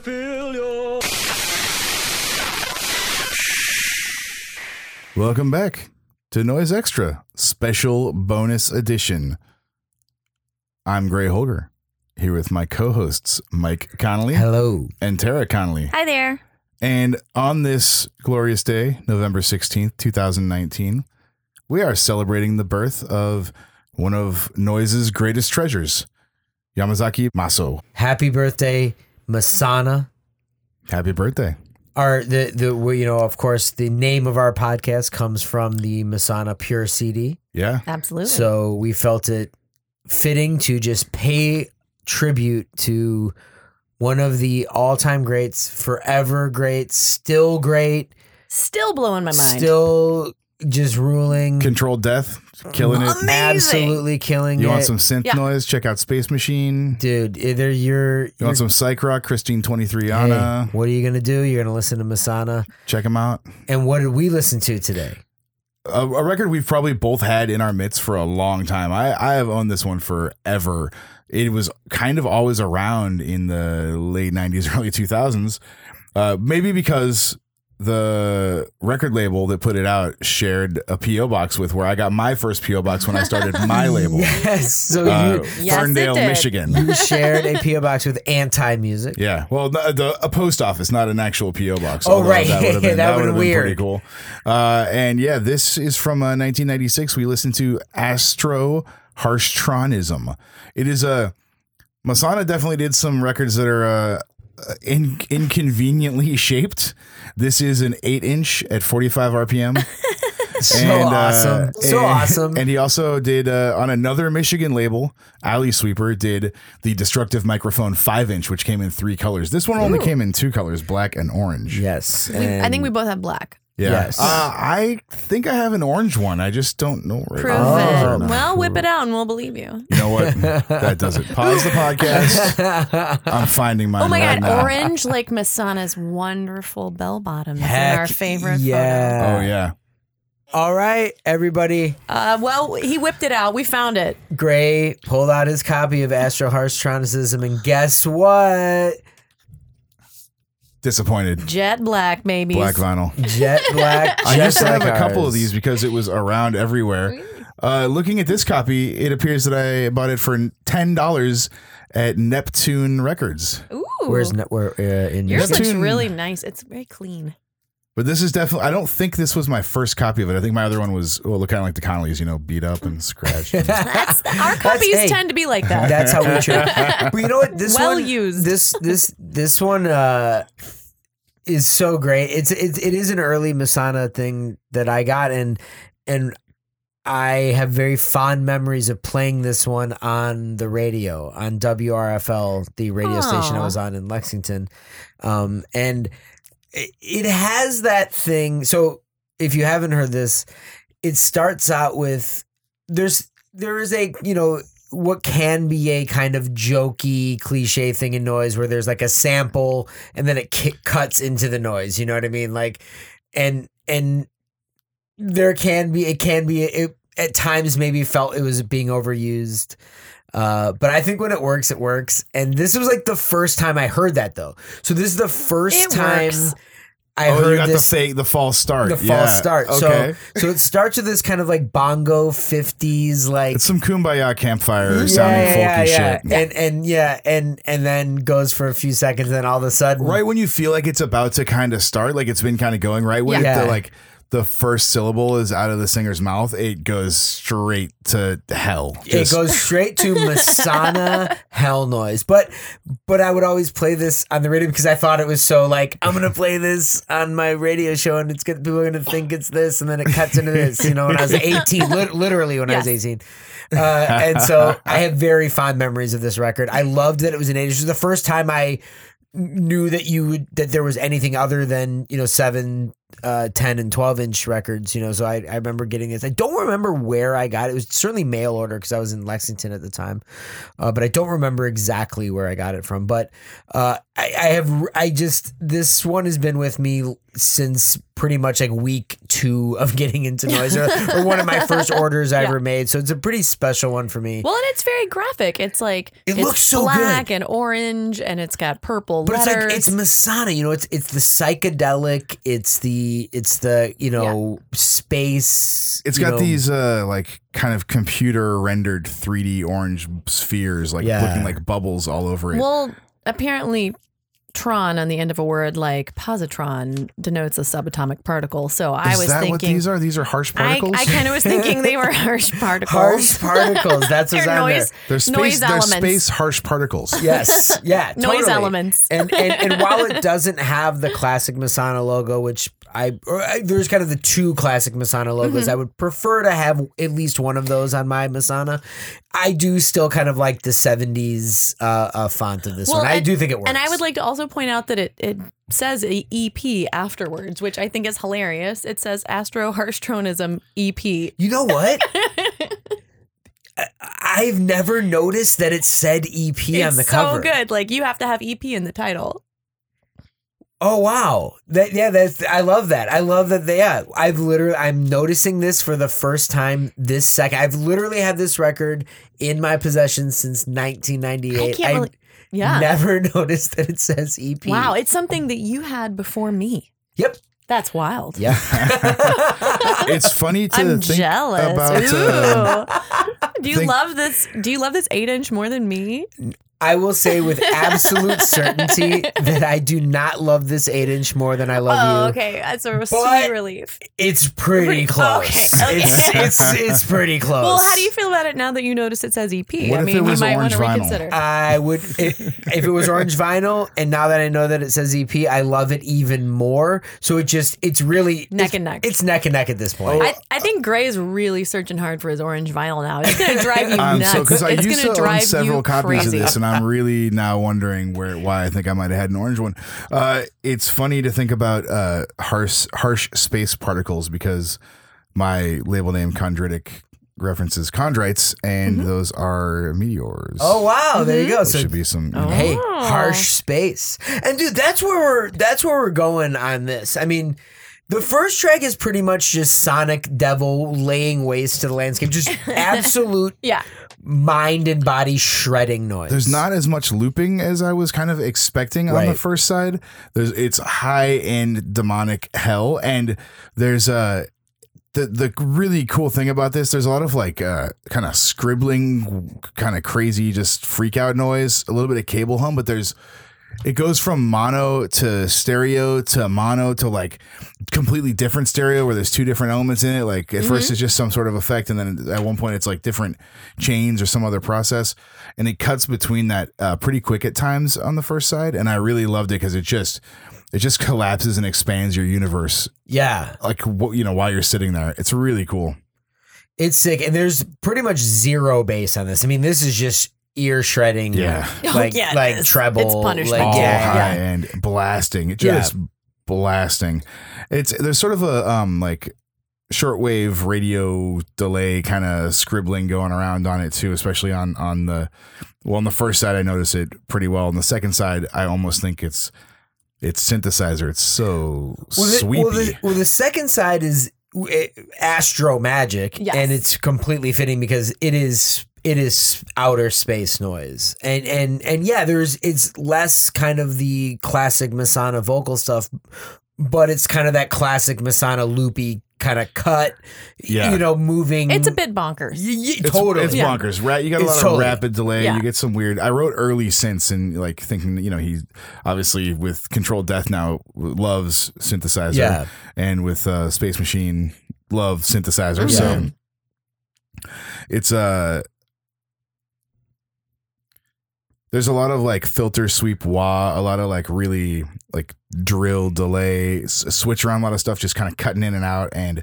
fill your. Welcome back to Noise Extra, special bonus edition. I'm Gray Holger, here with my co hosts, Mike Connolly Hello. and Tara Connolly. Hi there. And on this glorious day, November 16th, 2019, we are celebrating the birth of one of Noise's greatest treasures, Yamazaki Maso. Happy birthday, Masana. Happy birthday. Our the the well, you know of course the name of our podcast comes from the Masana Pure CD. Yeah. Absolutely. So we felt it fitting to just pay tribute to one of the all-time greats, forever great, still great, Still blowing my mind. still just ruling, Controlled Death, killing it. Amazing. absolutely killing You it. want some synth Yeah. noise? Check out Space Machine. Dude, either you're, You you're want some psych rock? Christine hey, 23ana. what are you gonna do? You're gonna listen to Masana. Check them out. And what did we listen to today? a, a record we've probably both had in our midst for a long time. I, I have owned this one forever. It was kind of always around in the late 90s, early 2000s. Uh, maybe because the record label that put it out shared a P.O. box with where I got my first P.O. box when I started my label, Yes. So uh, Yes, it Ferndale, did. Michigan. you shared a PO box with anti music. Yeah, well, the, the, a post office, not an actual PO box. Oh, although right. that would have been, That that would have would've been weird. pretty cool. Uh, and yeah, this is from uh, 1996. We listened to Astro Harshtronism. It is a Masana definitely did some records that are uh, in, inconveniently shaped. This is an eight inch at 45 RPM. So And, uh, awesome. so and- awesome. And he also did uh, on another Michigan label, Alley Sweeper did the destructive microphone five inch, which came in three colors. This one only came in two colors, black and orange. yes. We- I think we and- both have black. Yeah. Yes. Uh, I think I have an orange one. I just don't know. right Prove now. Oh. it. Well, whip it out and we'll believe you. You know what? that does it. Pause the podcast. I'm finding mine. Oh my right God. now. Orange, like Masana's wonderful bell bottoms Heck in our favorite photo. yeah. Oh yeah. All right, everybody. Uh, well, he whipped it out. We found it. Gray pulled out his copy of Astro Harstronicism, and guess what? Disappointed. Jet black, maybe. Black vinyl. Jet Black. I used just to have like a couple of ours. these because it was around everywhere. Uh, looking at this copy, it appears that I bought it for ten dollars at Neptune Records. Ooh. Where's ne- where, uh, in your Yours looks Neptune? really nice. It's very clean. But this is definitely. I don't think this was my first copy of it. I think my other one was well, kind of like the Connollys, you know, beat up and scratched. and- That's, our copies hey, tend to be like that. That's how we treat. But you know what? This Well one, used. This this this one uh, is so great. It's it, it is an early Masana thing that I got, and and I have very fond memories of playing this one on the radio on WRFL, the radio station I Aw. was on in Lexington, um, and it, it has that thing. So if you haven't heard this, it starts out with there's there is a you know what can be a kind of jokey cliche thing in noise where there's like a sample and then it kick cuts into the noise you know what i mean like and and there can be it can be it at times maybe felt it was being overused uh, but I think when it works, it works. And this was like the first time I heard that though. So this is the first It time works. I oh, heard you got this the fake, the false start. the false Yeah. start. Okay. So so it starts with this kind of like bongo fifties like it's some kumbaya campfire sounding folky shit. And and yeah, and and then goes for a few seconds and then all of a sudden Right when you feel like it's about to kind of start, like it's been kind of going right when Yeah. the like the first syllable is out of the singer's mouth, it goes straight to hell. it Just- goes straight to Masana hell noise. But but I would always play this on the radio because I thought it was so like I'm gonna play this on my radio show and it's gonna people are gonna think it's this and then it cuts into this. You know, when I was 18, lit- literally when I was 18, uh, and so I have very fond memories of this record. I loved that it was an 80s. It was the first time I knew that you would that there was anything other than you know seven uh, 10 and 12 inch records, you know. So I, I remember getting this. I don't remember where I got it. It was certainly mail order because I was in Lexington at the time, uh, but I don't remember exactly where I got it from. But uh, I, I have, I just, this one has been with me since pretty much like week two of getting into noise or, or one of my first orders I Yeah. ever made. So it's a pretty special one for me. Well, and it's very graphic. It's like It it's looks so black good. and orange, and it's got purple But letters. it's like it's Masana, you know. It's it's the psychedelic. It's the it's the you know space. It's you got know, these uh like kind of computer rendered 3D orange spheres like Yeah. looking like bubbles all over it. well, apparently, tron on the end of a word like positron denotes a subatomic particle. So I Is was that thinking. what these are? These are harsh I, particles. I kind of was thinking they were harsh particles. harsh particles. That's what's They're on noise, there. they're space, noise they're elements. space harsh particles. Yes, yeah, Noise totally. elements. And, and and while it doesn't have the classic Masana logo, which I, or I there's kind of the two classic Masana Mm-hmm. logos. I would prefer to have at least one of those on my Masana. I do still kind of like the '70s uh, uh, font of this Well, one. I and- do think it works. And I would like to also point out that it, it says a EP afterwards, which I think is hilarious. It says Astro E Harshtronism EP. You know what? I- I've never noticed that it said EP E on it's the cover. so good. Like you have to have EP in the title. Oh wow! That yeah, that's I love that. I love that. They, yeah, I've literally I'm noticing this for the first time this second. I've literally had this record in my possession since 1998. I can't really- Yeah. never noticed that it says E EP. Wow, it's something that you had before me. Yep. That's wild. Yeah. it's funny to I'm think jealous. about. um, Ooh. do you think- love this? Do you love this eight inch more than me? I will say with absolute certainty that I do not love this eight inch more than I love you. oh, okay. That's a But- sweet relief. It's pretty, Pretty- close. okay, okay. It's, it's it's pretty close. Well, how do you feel about it now that you notice it says EP? What I if mean, it was you might orange want to vinyl? reconsider. I would if, if it was orange vinyl, and now that I know that it says EP, I love it even more. So it just it's really Neck it's, and neck. It's neck and neck at this Oh. point. I, I think Gray is really searching hard for his orange vinyl now. It's gonna drive you Um, nuts. so, because I it's used gonna to own drive several you copies crazy. of this, and I'm really now wondering where why I think I might have had an orange one. Uh, it's funny to think about uh, harsh harsh space particles because my label name Chondritic references chondrites, and Mm-hmm. those are meteors. oh wow, there you go. There So Mm-hmm. should be some. you Oh. know, hey, Oh. harsh space, and dude, that's where we're that's where we're going on this. I mean. The first track is pretty much just Sonic Devil laying waste to the landscape, just absolute Yeah, mind and body shredding noise. There's not as much looping as I was kind of expecting on the Right. first side. There's it's high end demonic hell, and there's a the the really cool thing about this. There's a lot of like uh, kind of scribbling, kind of crazy, just freak out noise, a little bit of cable hum, but there's it goes from mono to stereo to mono to like completely different stereo where there's two different elements in it. Like at first Mm-hmm. it's just some sort of effect, and then at one point it's like different chains or some other process, and it cuts between that uh, pretty quick at times on the first side. And I really loved it because it just it just collapses and expands your universe. yeah. Like wh- you know while you're sitting there, it's really cool. It's sick, and there's pretty much zero bass on this. I mean, this is just ear shredding. Yeah. Oh, like yeah, like it's- treble. it's punishment. Like, all yeah, high yeah. end blasting. It Yeah. just blasting. It's there's sort of a um like shortwave radio delay kind of scribbling going around on it too, especially on on the well on the first side I notice it pretty well. On the second side I almost think it's it's synthesizer. It's so sweepy. The, well, the, well, the second side is uh, Astro Magic, Yes. and it's completely fitting because it is it is outer space noise, and and and yeah, there's it's less kind of the classic Masana vocal stuff, but it's kind of that classic Masana loopy kind of cut, Yeah. you know, moving. it's a bit bonkers. Y- y- it's, totally. it's bonkers, right? You got a It's lot totally- of rapid delay. Yeah. You get some weird. I wrote early synths and like thinking, you know, he obviously with Control Death now loves synthesizer. Yeah. and with uh, Space Machine Love synthesizer. So it's Uh, there's a lot of like filter sweep wah, a lot of like really like drill delay, s- switch around a lot of stuff, just kind of cutting in and out, and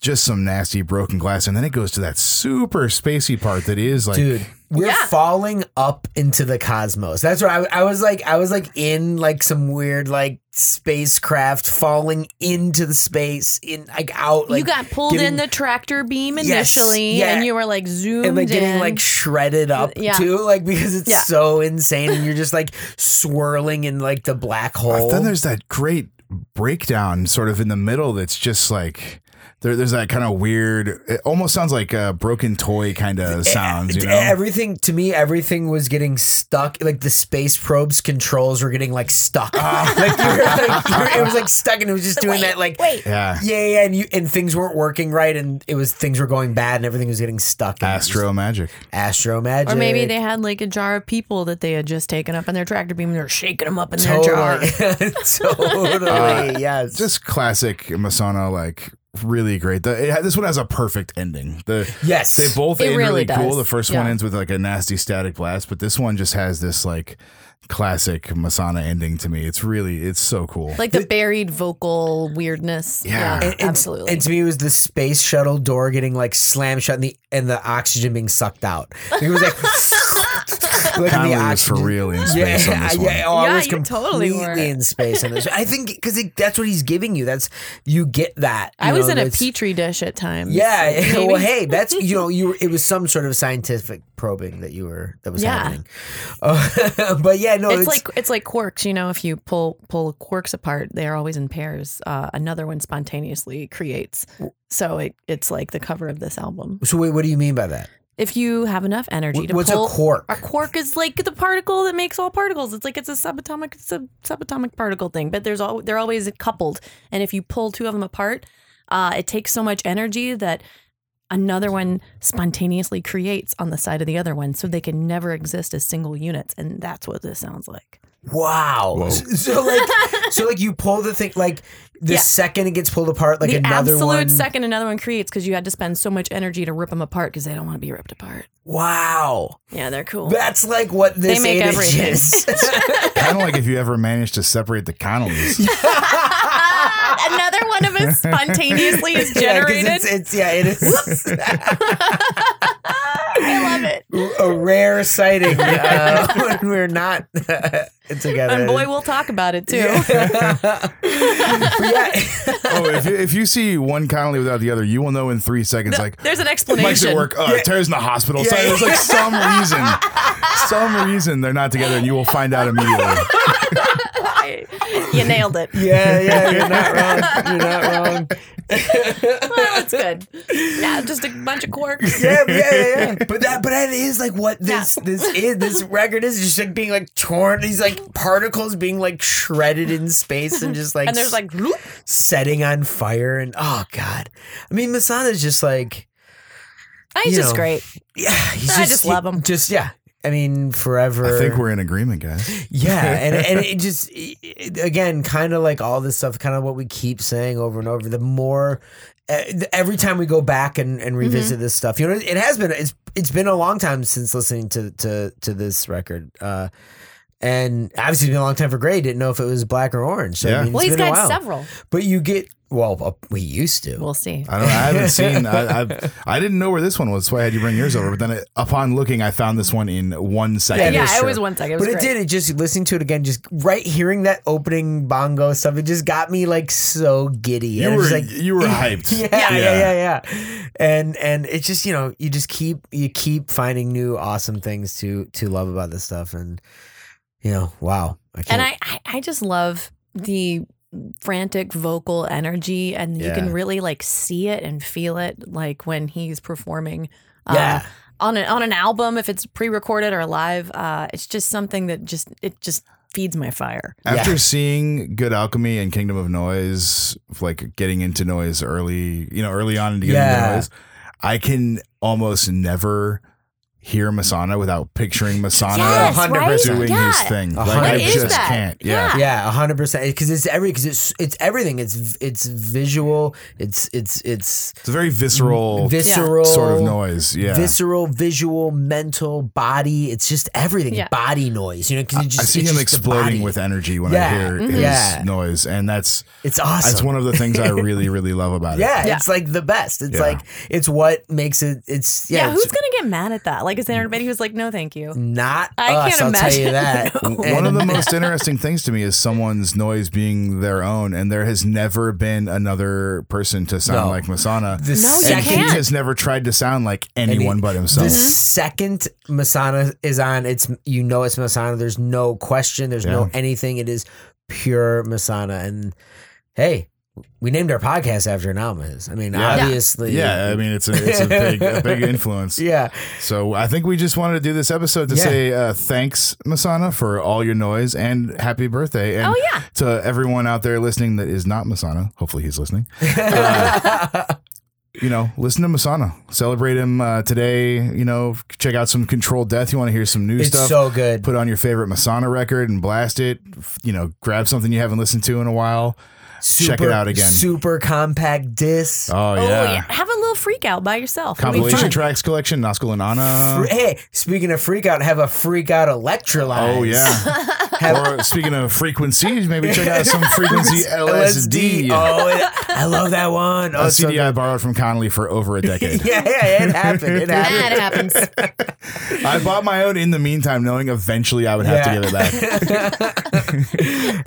just some nasty broken glass, and then it goes to that super spacey part that is like dude we're Yeah. falling up into the cosmos that's right I, I was like i was like in like some weird like spacecraft falling into the space in like out like you got pulled getting- in the tractor beam Yes, initially, yeah. and you were like zoomed and like getting in. like shredded up Yeah. too like because it's Yeah. so insane and you're just like swirling in like the black hole But then there's that great breakdown sort of in the middle that's just like there, there's that kind of weird it almost sounds like a broken toy kind of e-, sounds, you know? Everything to me, everything was getting stuck. Like the space probes controls were getting like stuck. Ah. like, you were, like you were- it was like stuck, and it was just doing that. Like wait, yeah. yeah, yeah, and you and things weren't working right, and it was things were going bad, and everything was getting stuck. and it was Astro magic. just Astro magic, or maybe they had like a jar of people that they had just taken up in their tractor beam and they were shaking them up in their jar. totally, totally, yes. Uh, Just classic Masano, like really great. The, it, this one has a perfect ending. The yes, they both It end really, really cool. does. The first one Yeah. ends with like a nasty static blast, but this one just has this like classic Masana ending to me. It's really it's so cool. Like the buried vocal weirdness. Yeah. And- and- absolutely. And to me, it was the space shuttle door getting like slammed shut, and the and the oxygen being sucked out. It was like, like Conway was for real in space on this one. yeah, oh, I Yeah, was you totally completely were. in space on this. I think because that's what he's giving you. That's you get that. I you was know, in a that's- petri dish at times. Yeah. maybe. Well, hey, that's you know, you were, it was some sort of scientific probing that you were that was Yeah. happening. Uh, but yeah, no, it's, like it's like quarks. You know, if you pull pull quarks apart, they're always in pairs. Uh, another one spontaneously creates. So it, it's like the cover of this album. So wait, what do you mean by that? If you have enough energy to What's pull a quark? A quark is like the particle that makes all particles. It's like it's a subatomic sub, subatomic particle thing, but there's all they're always coupled. And if you pull two of them apart, uh, it takes so much energy that another one spontaneously creates on the side of the other one, so they can never exist as single units. And that's what this sounds like. Wow. Whoa. So, so like so like you pull the thing like the Yeah. second it gets pulled apart like the another absolute one. second another one creates because you had to spend so much energy to rip them apart because they don't want to be ripped apart. wow. Yeah, they're cool. That's like what this They make eight inch everything. is. kind of like if you ever managed to separate the cannolis. Ah, another one of us spontaneously is Yeah, 'cause generated. it's, it's yeah, it is I love it. a rare sighting uh, when we're not together. And boy, we'll talk about it too. But yeah. oh, if, if you see one Connolly without the other, you will know in three seconds. Like There's an Mike's at explanation. work. Uh, Tara's in the hospital. so Yeah, yeah. there's like some reason, some reason they're not together, and you will find out immediately. you nailed it. Yeah, yeah, you're not wrong. You're not wrong. Well, that's good. Yeah, just a bunch of quarks. Yeah, yeah, yeah, yeah. But that, but that is like what this this is. This record is just like being like torn. These like particles being like shredded in space and just like And there's like, whoop. s- setting on fire and oh god. I mean, Masana's just like he's You Ah, just know, great. yeah. He's I just love him. Just yeah. I mean, forever. I think we're in agreement, guys. Yeah, and and it just it- again, kind of like all this stuff, kind of what we keep saying over and over. The more eh, every time we go back and, Mm-hmm. and revisit this stuff, you know, it has been it's it's been a long time since listening to to to this record, uh, and obviously it's been a long time for Gray. Didn't know if it was black or orange. So, I Yeah. mean, it's Well, he's been a got while. several. but you get well, uh, we used to. We'll see. I don't. I haven't seen. I, I I didn't know where this one was, so I had you bring yours over. But then, it, upon looking, I found this one in one second. yeah, is it was true. one second. It was but it great. did. It just listening to it again, just right hearing that opening bongo stuff, it just got me like so giddy. You and were it's like, you were hyped. yeah, yeah, yeah, yeah, And and it's just you know you just keep you keep finding new awesome things to to love about this stuff, and you know, wow, I can't. And I, I, I just love the frantic vocal energy, and you Yeah. can really like see it and feel it, like when he's performing. uh, yeah, on an on an album, if it's pre-recorded or live, uh, it's just something that just it just feeds my fire. After Yeah. seeing Good Alchemy and Kingdom of Noise, like getting into noise early, you know, early on into getting Yeah. into noise, I can almost never hear Masana without picturing Masana Yes, right? doing Yeah. his thing. A Like I hundred just percent. can't. Yeah. Yeah, a hundred percent. Because it's every because it's it's everything. It's v- it's visual. It's it's it's It's a very visceral Mm, visceral sort of noise. Yeah. Visceral, visual, mental, body. It's just everything. Yeah. Body noise. You know, because just I see it's him just the exploding body. with energy when I Yeah. hear Mhm. his Yeah. noise. And that's It's awesome. that's one of the things I really, really love about it. yeah, Yeah. it's like the best. It's Yeah. like it's what makes it. It's yeah. Yeah, it's who's gonna get mad at that? Like, is there Mm. anybody who's like, no, thank you? not I us. can't I'll tell you imagine. that. No. One of And- the most interesting things to me is someone's noise being their own, and there has never been another person to sound No. like Masana. the No, you and Second- he can't. Mm-hmm. has never tried to sound like anyone but The himself. second Masana is on, it's you know it's Masana. There's no question. There's no anything. It is pure Masana. And hey, we named our podcast after Anamas. I mean, Yeah. obviously, yeah, I mean it's a, it's a big a big influence. yeah. So I think we just wanted to do this episode to Yeah. say uh, thanks, Masana, for all your noise and happy birthday. And Oh, yeah. to everyone out there listening that is not Masana. Hopefully he's listening. Uh, you know, listen to Masana. Celebrate him uh, today. You know, check out some Controlled Death. You want to hear some new It's stuff. so good. Put on your favorite Masana record and blast it. F- You know, grab something you haven't listened to in a while. super, check it out again. Super compact disc. Oh, Oh yeah. yeah, have a little freak out by yourself. It'll be Compilation fun. tracks collection, Noskul and Anna. Fre- hey, speaking of freak out, have a freak out electrolyte. Oh yeah. Have- or speaking of frequencies, maybe check out some frequency LSD. Oh, it- I love that one. Oh, a so CD I borrowed from Connolly for over a good. decade. yeah, yeah, it happened. It happened. That happens. I bought my own in the meantime, knowing eventually I would have Yeah. to give it back.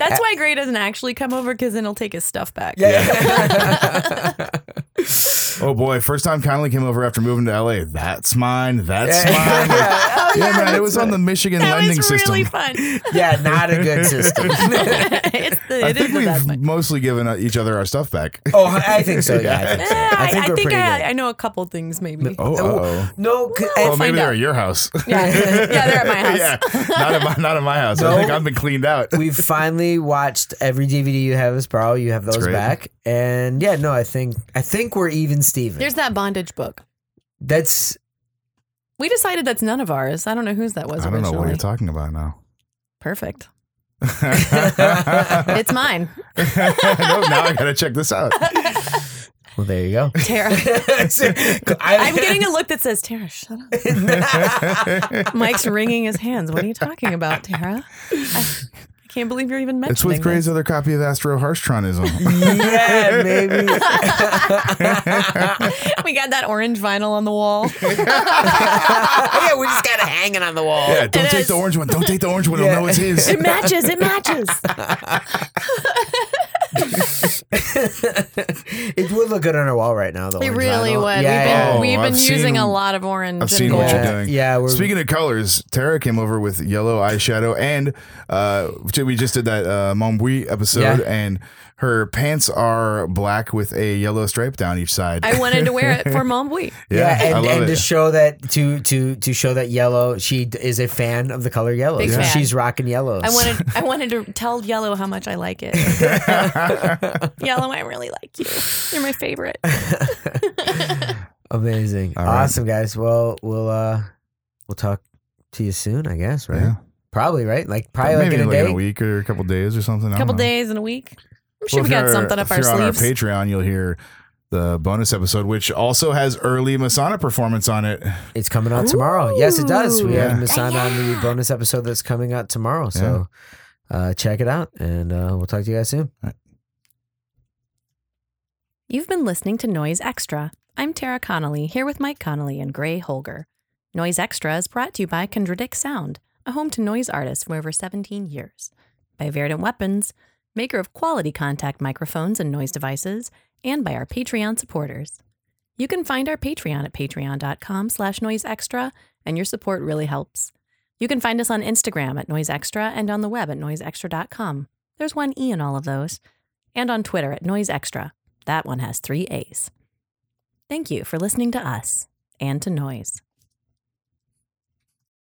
That's why Gray doesn't actually come over because then he'll take his stuff back. Oh boy, first time Connolly came over after moving to LA. That's mine. That's mine. yeah. yeah, man, it was on the Michigan That lending was system. really fun. yeah, not a good system. it's the, I it is think the best we've one. mostly given uh, each other our stuff back. Oh, I think so. Yeah, I think so. Yeah, I I, think I, we're think pretty I, good. I know a couple things maybe. Oh, uh-oh. No, c- well, I- maybe find they're out. at your house. Yeah, yeah, they're at my house. yeah, not at my not at my house. I think I've been cleaned out. we finally watched every DVD you have us borrow. You have those great. back, and yeah, no, I think I think we're even, Steven. There's that bondage book. That's We decided that's none of ours. I don't know whose that was I don't know originally. what you're talking about now. Perfect. no, It's mine. now I gotta check this out. well, there you go. Tara. I'm getting a look that says, Tara, shut up. Mike's wringing his hands. What are you talking about, Tara? I, I can't believe you're even mentioning It's with Gray's this. other copy of Astro Harstronism. yeah, maybe. We got that orange vinyl on the wall. yeah, we just got it hanging on the wall. yeah, don't It take is. the orange one. Don't take the orange one. Yeah. He'll know it's his. It matches. It matches. It would look good on our wall right now, though. It really would. Oh, we've been, we've I've been using seen- a lot of orange. I've seen and what you're gold. Yeah, doing. yeah, we're- Speaking of colors, Tara came over with yellow eyeshadow, and uh, we just did that uh, Mombui episode, Yeah. and her pants are black with a yellow stripe down each side. I wanted to wear it for Mom Week. Yeah, I and, love and it. to show that to to to show that yellow, she d- is a fan of the color yellow. Big So fan. She's rocking yellow. I wanted I wanted to tell Yellow how much I like it. Yellow, I really like you. You're my favorite. Amazing, right. awesome guys. Well, we'll uh we'll talk to you soon, I guess. Right? Yeah. Probably right. Like probably like Maybe in a like day. in a week or a couple days or something. A I couple don't know. days and a week. I'm sure Well, we if got you're- something up if our you're sleeves. on our Patreon, you'll hear the bonus episode, which also has early Masana performance on it. It's coming out tomorrow. Yes, it does. We Yeah. have Masana on the Yeah. bonus episode that's coming out tomorrow. So uh check it out, and uh we'll talk to you guys soon. You've been listening to Noise Extra. I'm Tara Connolly, here with Mike Connolly and Gray Holger. Noise Extra is brought to you by Contradict Sound, a home to noise artists for over 17 years. By Verdant Weapons, maker of quality contact microphones and noise devices, and by our Patreon supporters. You can find our Patreon at patreon.com slash noiseextra, and your support really helps. You can find us on Instagram at noiseextra and on the web at noiseextra.com. There's one E in all of those. And on Twitter at noiseextra. That one has three A's. Thank you for listening to us and to Noise.